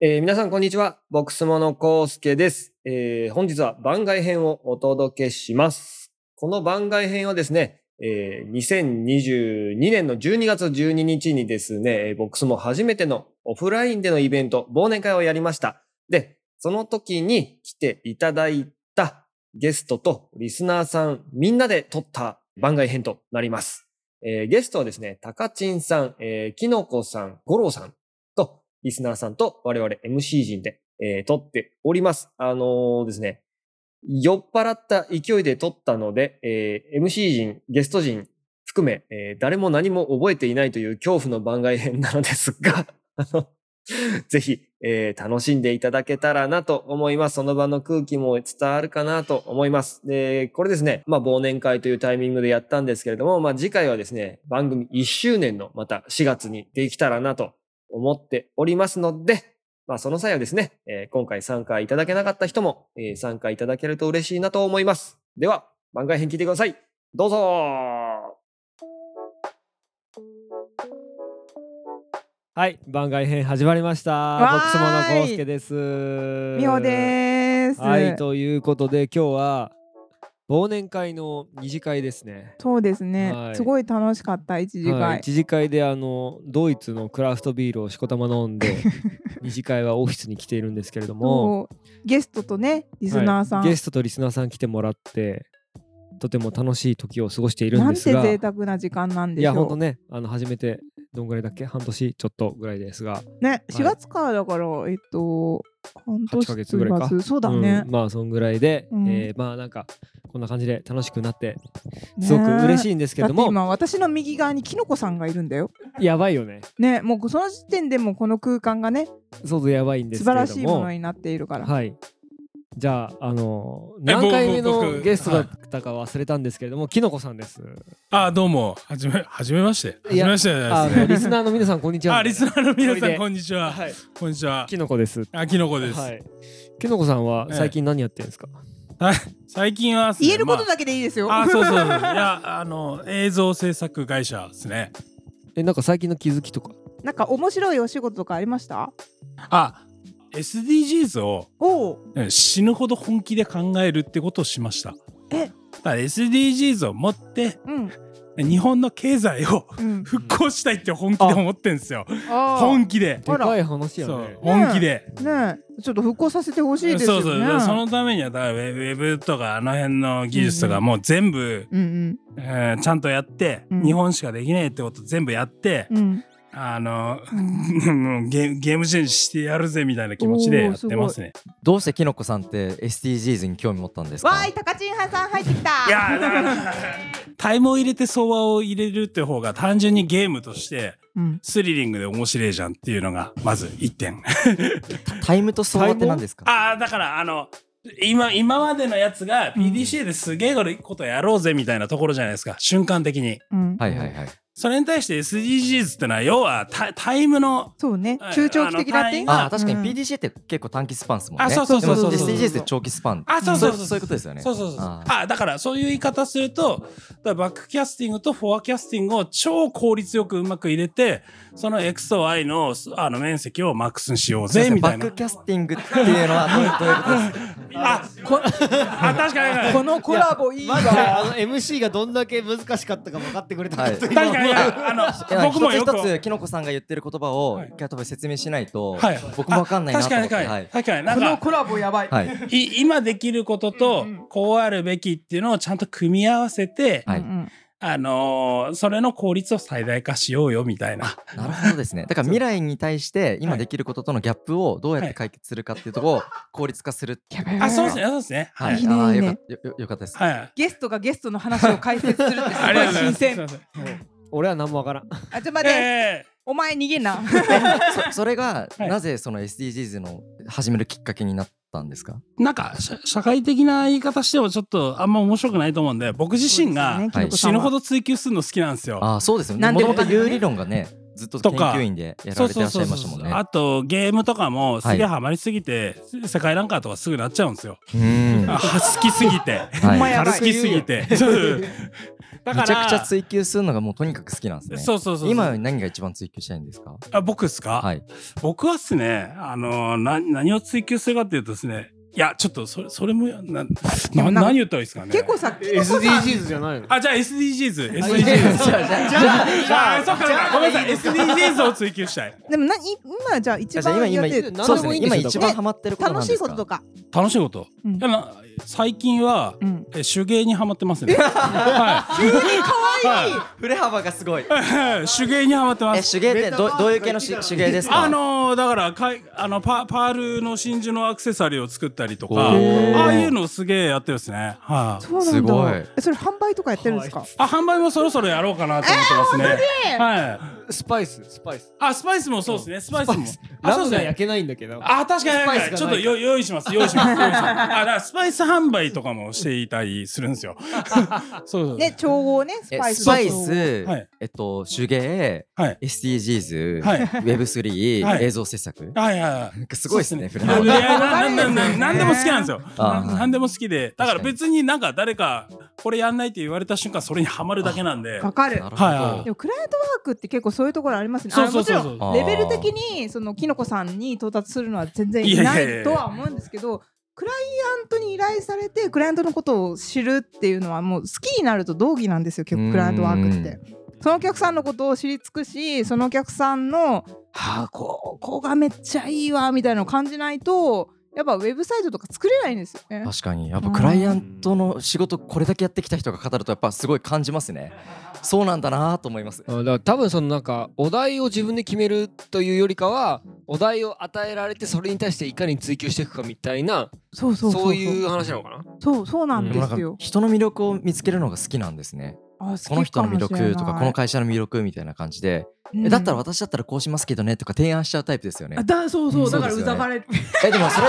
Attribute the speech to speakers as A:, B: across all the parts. A: えー皆さん、こんにちは。ボックスモノコウスケです、えー本日は番外編をお届けします。この番外編はですね、えー2022年の12月12日にですね、えーボックスも初めてのオフラインでのイベント、忘年会をやりました。で、その時に来ていただいたゲストとリスナーさんみんなで撮った番外編となります。えーゲストはですね、タカチンさん、えーキノコさん、ゴロウさん、と、リスナーさんと我々 MC 陣で、えー撮っております。あのーですね、酔っ払った勢いで撮ったので、えー MC 陣、ゲスト陣含め、えー誰も何も覚えていないという恐怖の番外編なのですが、 あの、ぜひ、えー楽しんでいただけたらなと思います。その場の空気も伝わるかなと思います。で、これですね、まあ、忘年会というタイミングでやったんですけれども、まあ、次回はですね、番組1周年のまた4月にできたらなと思っておりますので、まあ、その際はですね、えー今回参加いただけなかった人も、えー参加いただけると嬉しいなと思います。では、番外編聞いてください。どうぞはい、番外編始まりました。
B: ーい
A: ボックスモノコウスケです。
B: みほでーす。
A: はい、ということで今日は忘年会の二次会ですね。
B: そうですね、
A: はい
B: すごい楽しかった一次会、
A: はい、一次会であのドイツのクラフトビールをしこたま飲ん で二次会はオフィスに来ているんですけれども
B: そうゲストとねリスナーさん、
A: はいゲストとリスナーさん来てもらってとても楽しい時を過ごしているん
B: な
A: で
B: んて
A: すが
B: 贅沢な時間なんで
A: い
B: し
A: や
B: ょう
A: ほんとねあの初めてどんぐらいだっけ半年ちょっとぐらいですが
B: ね4月からだから、えっと半年
A: 8ヶ月ぐらいか
B: 9月そうだね,、
A: うんまあそんぐらいで、
B: うん
A: えーまあなんかこんな感じで楽しくなって
B: ね
A: すごく嬉しいんですけ
B: だ
A: れ
B: って
A: ども、
B: 今私の右側にキノコさんがいるんだよ
A: やばいよね
B: ねもうその時点でもうこの空間がね
A: そうそうやばいんで
B: 素
A: すけ
B: 晴
A: れ
B: ら
A: ど
B: しいも
A: も
B: のになっているから、
A: はい。じゃあ、あのー
C: えぼ
A: 何回目
C: ぼ
A: の
C: 僕
A: ゲストだったか忘れたんですけれども、きのこさんです。
C: あどうも、はじめ、はじめまして。はいじ
A: や
C: めましてですね。
A: あの、リスナーの皆さん、こんにちは。
C: あ、リスナーの皆
A: お
C: さ
A: いで
C: ん、こんにちは。
A: はい。
C: こんにちは。
A: きのこです。
C: あ、きのこです。
A: はい。きのこさんは
C: ええ
A: 最近何やってるんですか。
C: 最近は、
B: 言えることだけでいいですよ、
C: まあ。あ、そうそうそう。いや、あの、映像制作会社ですね。
A: え、なんか最近の気づきとか。
B: なんか面白いお仕事とかありました
C: あ、SDGs を
B: おお
C: うん死ぬほど本気で考えるってことをしました。
B: え
C: だから SDGs を持って、
B: うん
C: 日本の経済を
B: うん
C: 復興したいって本気で思ってんですよ。
B: あー
C: 本気で。
A: で
B: あら
A: かい話や
C: そ
A: ね
C: う。本気で。
B: ねえちょっと復興させてほしいですよ
C: そ
B: ね。
C: うそうだからそのためにはだからウェブウェブとかあの辺の技術と
B: うんう
C: か
B: ん
C: もう全部、
B: うん
C: えーちゃんとやって、
B: うん
C: 日本しかできないってこと全部やって、
B: うんうん。
C: あの
B: うん
C: ゲゲームチェンジしてやるぜみたいな気持ちでやってますね
D: どうしてキノコさんって SDGs に興味持ったんです
B: わ
D: か
B: ーい、タカチンハさん入ってきた。
C: いやだからタイムを入れて相和を入れるって方が単純にゲームとして
B: うん、
C: スリリングで面白いじゃんっていうのがまず1点
D: タイムと相場って何ですか
C: ああだからあの今今までのやつが PDCA ですげえことやろうぜみたいなところじゃないですか瞬間的に
B: うん、
D: はいはいはい
C: それに対して SDGs ってのは要はタタイムの
B: そうね
C: は、い
B: 中長期的なって
C: あ。の
D: あー確か
B: うん
D: に PDCA って結構短期スパンですもんね
C: あそうそうそうそう
D: で
C: そ
D: も
C: う
D: SDGs って長期スパン
C: あそうそうそう
D: そういうことですよね
C: そうそうそうそう
D: あ
C: あだからそういう言い方するとだからバックキャスティングとフォアキャスティングを超効率よくうまく入れてその X と Y のあの面積をマックスにしよう
D: す
C: ぜ
D: いません
C: みた
D: バ
C: い
D: ック
C: な
D: キャスティングっていうのはどうどういうことですか
C: あこ あ確かに確かに
B: のコラボいい
E: まだ あの MC がどんだけ難しかったか分かってくれた
D: はい
E: という
C: 確かに
D: い
C: あ
D: や
C: の 僕もよ
D: 一
C: く
D: つ一つキノコさんが言ってる言葉を一回多分説明しないと
C: はい
D: 僕もわかんないな
C: 確
D: と
C: か
D: 思
C: に
D: っ
C: 確
D: て
C: か
D: は
C: に
D: い
C: 確かになん
B: この
C: か
B: コラボやばい。
D: はい
C: い今できることと
B: うんうん
C: こうあるべきっていうのをちゃんと組み合わせて、
D: はい
B: うん
C: あのーそれの効率を最大化しようよみたいな。
D: なるほどですねだから未来に対して今できることとのギャップをどうやって解決するかっていうところを効率化するっていう
B: うん
C: あ、そうですね、そうですね。はい
D: はい
B: い
C: い。
B: ね
D: あー
B: いいね
D: よかったよよよかったです
C: はい。
B: ゲストがゲストの話を解説するってす
C: あり
B: ご
C: がと
B: いう
C: ござい
B: 新
C: ます。すい
B: 鮮
C: ま。せん
A: 俺は何もわからん。
B: あちょっと待って、
C: え
B: お前逃げんな。
D: そそれが、
C: はい
D: なぜその SDGs の始めるきっかけになったんですか
C: えなんか社社会的な言い方してもちょっとあんま面白くないと思うんで僕自身が
B: そうです
C: 死
B: よね
C: ぬほ。ど追求するの好きなんですよ。
D: ああそうですよ
B: な
D: ね
B: ん
D: も
B: で
D: と
B: も
D: も
B: か
D: と
B: んでもね
D: 有理論がねずっと
C: と
D: 研
C: か
D: 究員でや
C: そ
D: ら
C: う
D: れて
C: そ
D: ら
C: う
D: っし
C: そ
D: ゃ
C: う
D: いまし
C: そ
D: たもん
C: う
D: ね
C: あとゲームとかもすげえハマりすぎて、世界ランカーとかすぐなっちゃうんですよ。
D: うーん
C: あ好きすぎて。
B: ほんまやばい
C: 軽すぎすぎて。そうだか
D: め
C: ら
D: ちゃくちゃ追求するのがもうとにかく好きなんですね。
C: そうそうそうそう
D: 今何が一番追求したいんですか
C: あ僕ですか、
D: はい。
C: 僕はですね、あのな、何を追求するかっていうとですね、いや、ちょっとそれ、それも、な、な何言ったらいいですかね。
B: 結構さ、きのこさん
E: SDGs じゃないの
C: あ、じゃあ SDGs、
E: あいや
C: SDGs。
E: じゃあじゃあじゃあ
C: じゃ あ、そうかそうか、ごめんなさい、
E: じゃあ
C: SDGs を追求したい。
B: でもな今じゃあ一
D: じゃあ今
B: 番や
D: 今
B: ってる
E: 何
D: そう
E: で
D: で
E: すも
D: ね
E: いいん
D: 今
E: ですよ
D: 一番ハマってることなん
B: 楽
D: で
B: しい
D: すか
B: こととか。
C: 楽しいこと。
B: うん
C: いやな最近は、
B: うん
C: え手芸にハマってますね。はい。手芸可愛い。
D: 振れ幅がすご い。
C: 手芸にハマってま
D: え、
C: す。
D: 手芸ってどどういう系のし手芸ですか
C: あのーだからかいあのパパールの真珠のアクセサリーを作ったりとか
D: おー
C: ああいうのすげえやってるですね。はい、
B: そうなんだ。
D: すごい
B: えそれ販売とかやってるんですか。
C: あ、販売もそろそろやろうかなと思ってますね。はい。
E: スパイススパイス
C: あ、スパイスもそうですね。スパイスも。あ、
E: ラ
C: そう
E: ム
C: で
E: が
C: すね
E: 焼。けないんだけど
C: あ、確かに
E: スパイス
C: な
E: が
C: ん
E: な
C: か。
E: い
C: ちょっとよ用意します。用意します。用意しますあ、だからスパイス販売とかもしていたりするんですよ。そうそう。
B: ね調合ねス
D: え
B: パイス。
D: スパイ
B: 調合
D: ス、
C: はい
D: えっと、手芸、
C: はい
D: SDGs、
C: はい
D: Web3、
C: はい
D: 映像制作。
C: はいはいはい。
D: なんかすごいですね、振
C: い
D: れ
C: や
D: 幅
C: い
D: が。
C: やなななななんでも好きなんですよ。
D: あ
C: な
D: ー
C: なんでも好きで。だから別になんか誰かこれやんないって言われた瞬間それにはまるだけなんで。
B: わかる
D: な。る
C: はいは
D: ほ
C: い
B: で
D: ど。
B: もクライアントワークって結構そういうところありますね。
C: そうそうそう
B: あの
C: そう
B: もちろんレベル的にそのきのこさんに到達するのは全然
C: いやいやい
B: な
C: やいや
B: いとは思うんですけど。クライアントに依頼されてクライアントのことを知るっていうのはもう好きになると同義なんですよ結構クライアントワークってそのお客さんのことを知り尽くしそのお客さんの「はあこここがめっちゃいいわ」みたいなのを感じないとやっぱウェブサイトとか作れないんですよね。
D: 確かにやっぱクライアントの仕事これだけやってきた人が語るとやっぱすごい感じますねそうなんだなと思います
F: あだから多分そのなんかお題を自分で決めるというよりかはお題を与えられてそれに対していかに追求していくかみたいな
B: そうそ
F: そうう
B: そう
F: いう話なのかな
B: そうそうなん
D: で
B: で
D: もなんか
B: すよ。
D: 人の魅力を見つけるのが好きなんですね
B: あ
D: この人の魅力とかこの
B: 好
D: 会社の魅力みたいな感じ
B: きもしれ
D: で、
B: ない
D: えだったら
B: うん
D: 私だったらこうしますけどねとか提案しちゃうタイプですよね
B: あだそうそう、
D: うん
B: だから
D: そ
B: う
D: うですよ
B: ざ
D: ね
B: がれる。
D: えでもそれ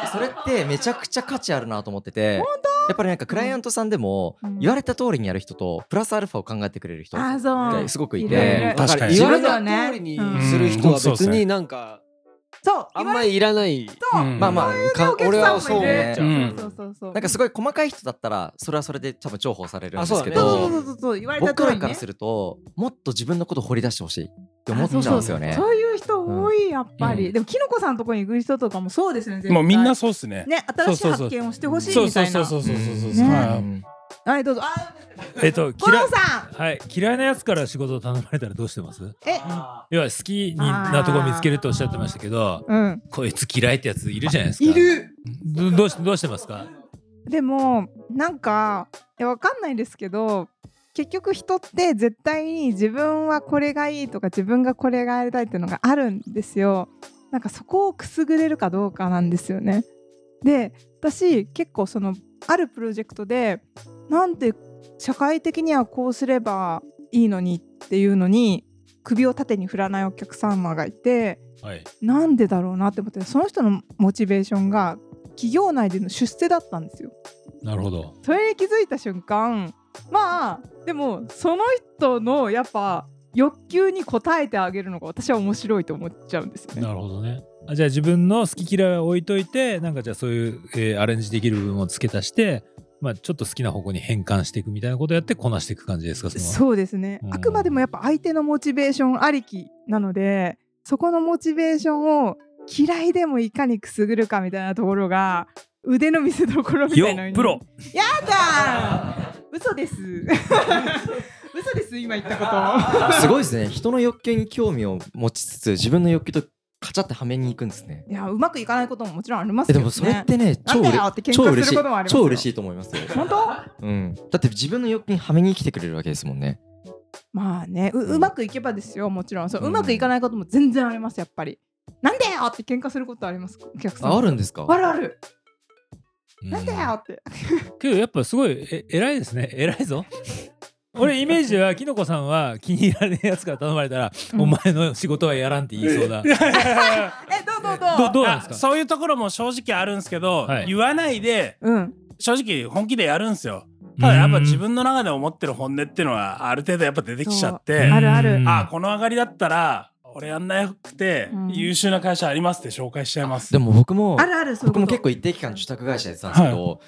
D: ってそれってめちゃくちゃ価値あるなと思っててやっぱりなんかクライアントさんでも
B: うん
D: 言われた通りにやる人とプラスアルファを考えてくれる人
B: あ
D: が
B: そう。
D: すごくい
B: いろいろ
D: て
C: 確かに
F: 言われた通りにする人は別になんか
B: そう。
F: あんまりいらない
C: うん
D: まあまあ
F: か
B: 言わ
F: 俺
B: れたお
F: は
B: 客
F: そ
B: さ
F: うん思
B: も
F: っ
B: い
F: ちゃ
B: る
F: う。
C: う
B: そ
C: ん
B: うそうそう。
D: なんかすごい細かい人だったらそれはそれで多分重宝されるん
F: あ
D: で
F: そう
D: す
F: だね
D: け
B: そう
D: ど
B: そうそうそう言われた
D: 僕
B: 通り
D: ら
B: に
D: から
B: ね
D: す。るともっと自分のことを掘り出してほしいって思
B: あ
D: っちゃ
B: そうそう
D: うんですよね。
B: そういう人多いやっぱ
D: う
B: り。でもきのこさんのとこに行く人とかもそうですよね。絶対
C: もうみんなそうですね。
B: ね新しい
C: そうそうそう
B: 発見をしてほしい
C: そう
B: みた
C: そう
B: い
C: そう
B: な
C: そ。うそうそうそう
B: ね
C: はい。
B: はいどうぞ。あ
G: えっと、
B: コ
G: 嫌
B: ロ
G: い
B: ン、さん。
G: はい、嫌いなやつから仕事を頼まれたらどうしてます
B: え
G: 要は好きになとこ見つけるとおっしゃってましたけど、
B: うん。
G: こいつ嫌いってやついるじゃないですか。
B: いる。
G: どどうしどうしてますか
B: でもなんかいやわかんないですけど結局人って絶対に自分はこれがいいとか自分がこれがやりたいっていうのがあるんですよなんかそこをくすぐれるかどうかなんですよねで私結構そのあるプロジェクトでなんて社会的にはこうすればいいのにっていうのに首を縦に振らないお客様がいて
G: はい。
B: なんでだろうなって思ってその人のモチベーションが企業内での出世だったんですよ
G: なるほど。
B: それに気づいた瞬間まあでもその人のやっぱ欲求に応えてあげるのが私は面白いと思っちゃうんですよね。
G: なるほどね。あじゃあ自分の好き嫌いは置いといて、なんかじゃあそういう、えーアレンジできる部分を付け足して、まあちょっと好きな方向に変換していくみたいなことをやってこなしていく感じですかその
B: そうですね、
G: うん
B: あくまでもやっぱ相手のモチベーションありきなのでそこのモチベーションを嫌いでもいかにくすぐるかみたいなところが腕の見せ所みたいなのに
G: よプロ
B: やだー嘘 です嘘です今言ったこと
D: すごいですね人の欲求に興味を持ちつつ自分の欲求とカチャってはめに行くんですね。
B: いやうまくいかないことももちろんありますけ
D: えで
B: どね
D: もそれってね超う
B: なん
D: れ
B: だよって喧
D: 超
B: 嘩
D: 嬉
B: す
D: し
B: る
D: い
B: こともありますよ
D: 超嬉しいと思いますよ。
B: 本当
D: うん、だって自分の欲求にはめに生きてくれるわけですもんね。
B: まあねううまくいけばですよもちろんそう
D: うん
B: うまくいかないことも全然ありますやっぱりなんでよって喧嘩することありますかお客さん
D: ああるんですか
B: あるある
G: うん
B: なんでよって
G: けどやっぱすごいえ偉いですね偉いぞ俺イメージではきのこさんは気に入らねえやつから頼まれたら、
B: うん
G: お前の仕事はやらんって言いそうだ
B: えどうどう
G: どどうなん
C: あ
G: ですか
C: そういうところも正直あるんですけど、
G: はい
C: 言わないで
B: うん
C: 正直本気でやるんですよ。ただやっぱ自分の中で思ってる本音っていうのはある程度やっぱ出てきちゃって、
G: うん
B: あるある
G: うん
C: あこの上がりだったら俺やんなくて
B: うん
C: 優秀な会社ありますって紹介しちゃいます。
D: でも僕も
B: あるあるそういう
D: 僕
B: こと
D: も結構一定期間受託会社やってたんですけど、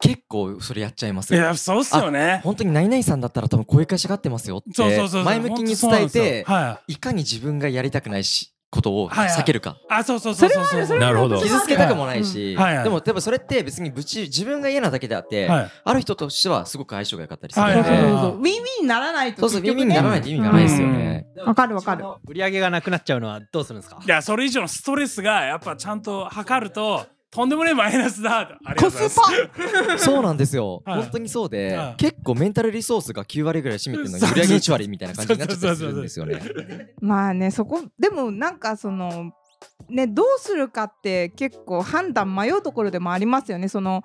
D: 結構それやっちゃいます
C: いや、そうっすよね。
D: 本当に何々さんだったら多分こういう会社があってますよって
C: そうそうそうそう。
D: 前向きに伝えて、
C: はい
D: かに自分がやりたくないしことを避けるか、
C: い。あ、そうそうそうそうそう。
B: それ
G: なるほど
B: 私も
D: 傷
B: あ
D: つけたくもないし、
C: はいはい
D: でもでもそれって別にぶち自分が嫌なだけであって、
C: はい。
D: ある人としてはすごく相性が良かったりするの
C: は
D: で、
C: いはいはい
B: そうそうウィンウィンにならないと
D: そうそう、耳にならないと意味がないですよね。
B: わかるわかる。
E: 売り上げがなくなっちゃうのはどうするんですか
C: いや、それ以上のストレスがやっぱちゃんと測ると、とんでもねえマイナスだ。ありがと
B: コ
C: うございま
B: ス
C: す。
B: パ
D: そうなんですよ。
C: はい
D: 本当にそうで、
C: はい
D: 結構メンタルリソースが9割ぐらい占めてるのに
C: そう
D: 売り上げ1割みたいな感じになっちゃったりするんですよね。
B: まあねそこでもなんかそのねどうするかって結構判断迷うところでもありますよねその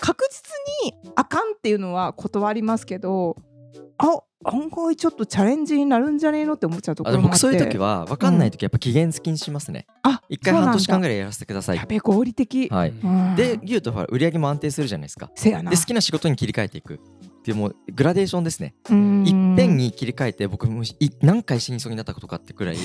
B: 確実にあかんっていうのは断りますけどあ案外ちょっとチャレンジになるんじゃねえのって思っちゃうとこ
D: あで
B: ろ
D: も
B: もあっ
D: 僕
B: て
D: そういう時は分かんない時はやっぱ期限付きにしますね。
B: あ
D: 一回半年間
B: ぐ
D: ぐらいやらせてください
B: や。べえ合理的、
D: はい。
B: うん
D: で、言うとほら売り上げも安定するじゃないですか。
B: せやな
D: で好きな仕事に切り替えていく。でもうグラデーションですね。
B: うん
D: 一点に切り替えて僕もい何回死にそうになったことかってくらい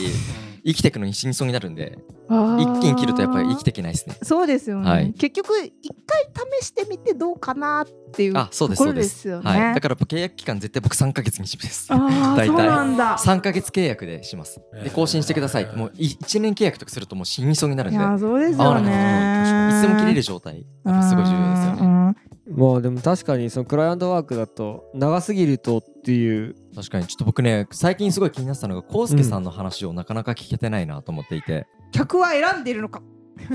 D: 生きていくのに死にそうになるんで
B: あ
D: 一
B: ー
D: 気に切るとやっぱり生きていけないですね。
B: そうですよね、
D: はい
B: 結局一回試してみてどうかなっていう
D: あそうです
B: とこ
D: そ
B: ろ
D: うで。
B: ですすよね
D: はい。だからやっぱ契約期間絶対僕3ヶ月にします。
B: ああ
D: 大体
B: そうなんだ
D: 3ヶ月契約でします。で更新してください。もう1年契約とかするともう死にそうになるん
B: い
D: で。
B: やそうです
D: 合
B: よ
D: わなく
B: ね
D: なるいつでも切れる状態。やっぱすごい重要ですよね。
B: ね。
F: まあでも確かにそのクライアントワークだと長すぎるとっていう
D: 確かにちょっと僕ね最近すごい気になってたのがコウスケさんの話をなかなか聞けてないなと思っていて、
B: 客は選んでいるのか。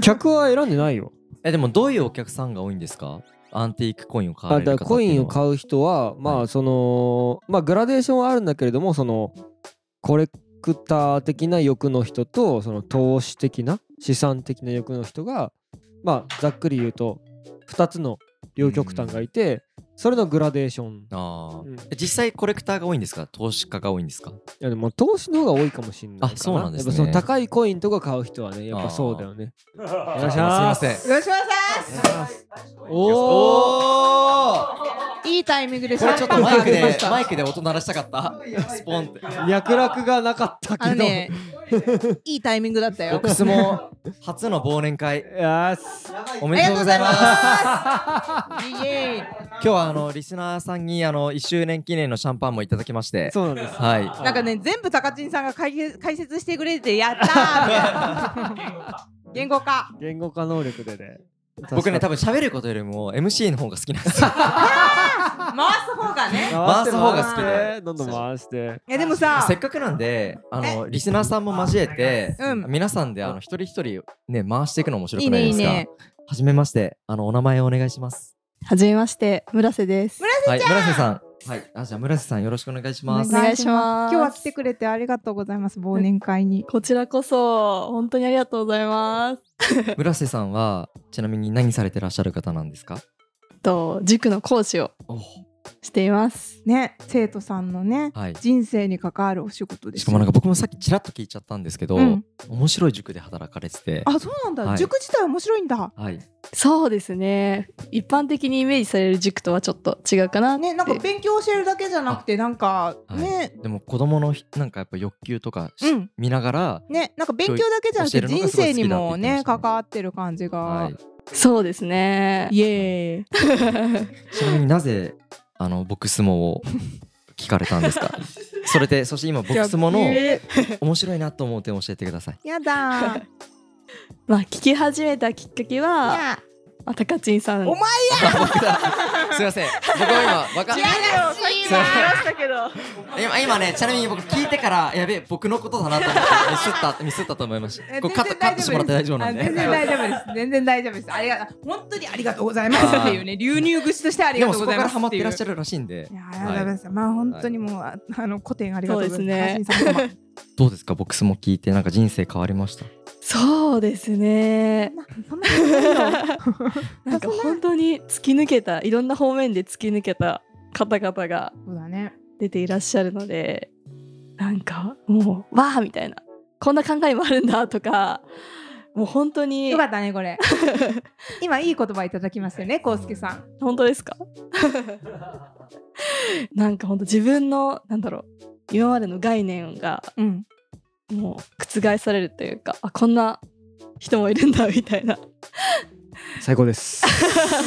F: 客は選んでないよ。
D: えでもどういうお客さんが多いんですかアンティークコインを買わ
F: あ
D: れる
F: だ
D: 方
F: からコインを買
D: う
F: う人はま
D: は
F: あそのまあグラデーションはあるんだけれどもそのコレクター的な欲の人とその投資的な資産的な欲の人がまあざっくり言うと2つの両極端がいてそれのグラデーション。
D: あー
F: うん
D: え実際コレクターが多いんですか投資家が多いんですか
F: いやでも投資の方が多いかもしれないかな
D: あそうなんですね
F: やっぱその高いコインとか買う人はねやっぱそうだよねお願いします
D: すいません
B: よろしくお願いします。
F: おお
B: いいタイミングで
D: これちょっと
B: シャンパ
D: マ
B: ン
D: イ
B: が
D: ク
B: 出 ま
D: で
B: した
D: マイクで音鳴らしたかったスポンって
F: 脈絡がなかった
B: あ
F: け
B: の
F: ど、
B: ね、いいタイミングだったよ
D: ボッ。クスも初の忘年会
F: よし
D: おめでとうございます
B: イエ
D: 今日はあのリスナーさんにあの1周年記念のシャンパンもいただきまして
F: そうなんです
D: はい
B: ーイ。なんかね、全部高知さんが解説解説してくれてやったーみたいな。言語化。
F: 言語化能力でね
D: 僕ね多
F: 分
D: 分喋ることよりも MC の方が好きなんですよ
B: 回す方がね。
F: 回
D: す方が好きで
F: してどんどん回して
B: いやでもさ
D: せ、っかくなんであのリスナーさんも交えて、
B: うん
D: 皆さんであの一人一人ね回していくの面白
B: い
D: く
B: い
D: ない
B: ねい
D: で
B: い
D: すか
B: ね。
D: はじめましてあのお名前をお願いします
H: はじめまして、村瀬です。
D: はい村瀬さんはいあじゃあ村瀬さんよろしくお願いします
H: お願いします
B: 今日は来てくれてありがとうございます。忘年会に。
H: こちらこそ、本当にありがとうございます。
D: 村瀬さんはちなみに何されてらっしゃる方なんですか
H: と、塾の講師をしています。
B: ね、生徒さんのね、
D: はい
B: 人生に関わるお仕事ですよ。
D: しかもなんか僕もさっきちらっと聞いちゃったんですけど、
B: うん
D: 面白い塾で働かれてて
B: あ、そうなんだ。
D: はい
B: 塾自体面白いんだ。
D: はい
H: そうですね。一般的にイメージされる塾とはちょっと違うかなって。
B: ね、なんか勉強教えるだけじゃなくて、なんか
D: はい
B: ね、
D: でも子供のひなんかやっぱ欲求とかし、
B: うん
D: 見ながら、
B: ね、なんか勉強だけじゃなくて
D: 教えるの
B: 人
D: がすごい
B: 生に
D: 好きだって
B: も
D: 言ってま
B: ね
D: したね
B: 関わってる感じ
D: は
B: が
D: い。
H: そうですね。
B: イエーイ。
D: ちなみになぜあのボクスモを聞かれた んですかそれでそして今ボクスモの面白いなと思う点教えてください
B: やだー。
H: まあ、聞き始めたきっかけは、
B: や
H: まあ、高カチンさん。
B: お前
D: すいません僕は今わか
H: 違うよ、さっきも言いましたけど。
D: 今今ねちなみに僕聞いてからやべえ僕のことだなと思ってミスったミスったと思いまし
B: え
D: た これカットカットしてもらって大丈夫なん
B: あ全
D: で
B: 然大丈夫です。全然大丈夫です。ありがとう。本当にありがとうございますっていうね、流入口としてあり
D: で
B: が
D: も
B: とう
D: そ
B: ござ
D: こか
B: いま
D: ら
B: す
D: ハマってらっしゃ
B: る。
D: るらしいんで
B: いやー、ありがとうございます。まあ本当にもう、ああの古典ありがとうござい
H: そう
B: ます。
H: ですね
B: ね。
D: どうですかボクスモ聞いてなんか人生変わりました
H: そうですね。
B: そんなことないよ
H: なんか本当に突き抜けた、いろんな方面で突き抜けた方々が
B: そうだね。
H: 出ていらっしゃるのでなんかもうわあみたいなこんな考えもあるんだとかもう本当に
B: よかったねこれ。 今いい言葉いただきましたよね、こうすけさん。
H: 本当ですか なんか本当自分のなんだろう今までの概念が
B: うん。
H: もう覆されるというかあこんな人もいるんだみたいな
A: 最高です。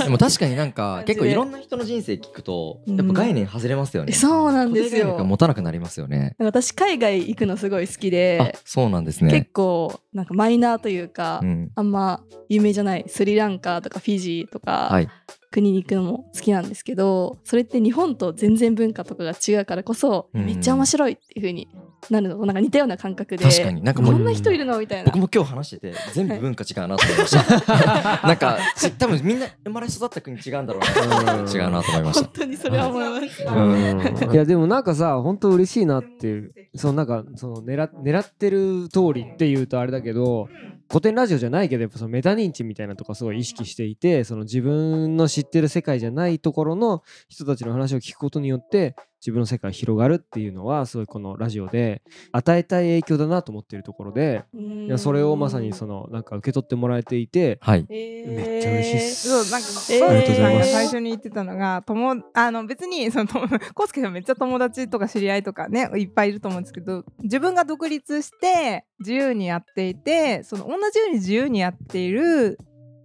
D: でも確かになんか
H: 感じで
D: 結構いろんな人の人生聞くと
H: うん
D: やっぱ概念外れますよね。
H: そうなんで
D: 固
H: すよ
D: 定概念が持たなくなりますよね。
H: なんか私海外行くのすごい好き
D: あ
H: で、
D: そうなんですね
H: 結。構なんかマイナーというか、
D: うん。
H: あんま有名じゃないスリランカとかフィジーとか、
D: はい。
H: 国に行くのも好きなんですけどそれって日本と全然文化とかが違うからこそ、
D: うん
H: めっちゃ面白いっていう風になるのとなんか似たような感覚で
D: 確かになんかも
H: こ
D: うん
H: な人いるのみたいな
D: 僕も今日話してて全部文化違うなと思いました。なんかち多分みんな生まれ育った国違うんだろうな。
A: うん
D: 違うなと思いまし
H: 本当にそれは思います
D: た。うん。
A: いやでもなんかさ本当嬉しいなっていうそのなんかその狙狙ってる通りっていうとあれだけど古典ラジオじゃないけどやっぱそのメタ認知みたいなとかすごい意識していてその自分の知ってる世界じゃないところの人たちの話を聞くことによって自分の世界が広がるっていうのはすごいこのラジオで与えたい影響だなと思ってるところでいやそれをまさにそのなんか受け取ってもらえていて
D: はい。
A: め
H: め
A: っちゃ嬉しいっす。
B: そうな
A: ー
B: んか、
H: え
B: コウスケさん
A: ありがとうございま
B: が
A: す
B: 最初に言ってたのが、ともあの別にそのともコウスケさんめっちゃ友達とか知り合いとかねいっぱいいると思うんですけど、自分が独立して自由にやっていて、その同じように自由にやっている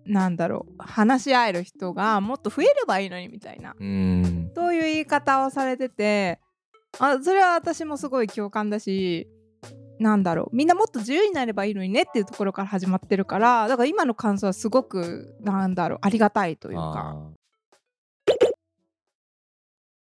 B: なんだろう話し合える人がもっと増えればいいのにみたいな。
D: うん。
B: そういう言い方をされててあそれは私もすごい共感だしなんだろうみんなもっと自由になればいいのにねっていうところから始まってるからだから今の感想はすごくなんだろうありがたいというか
D: あ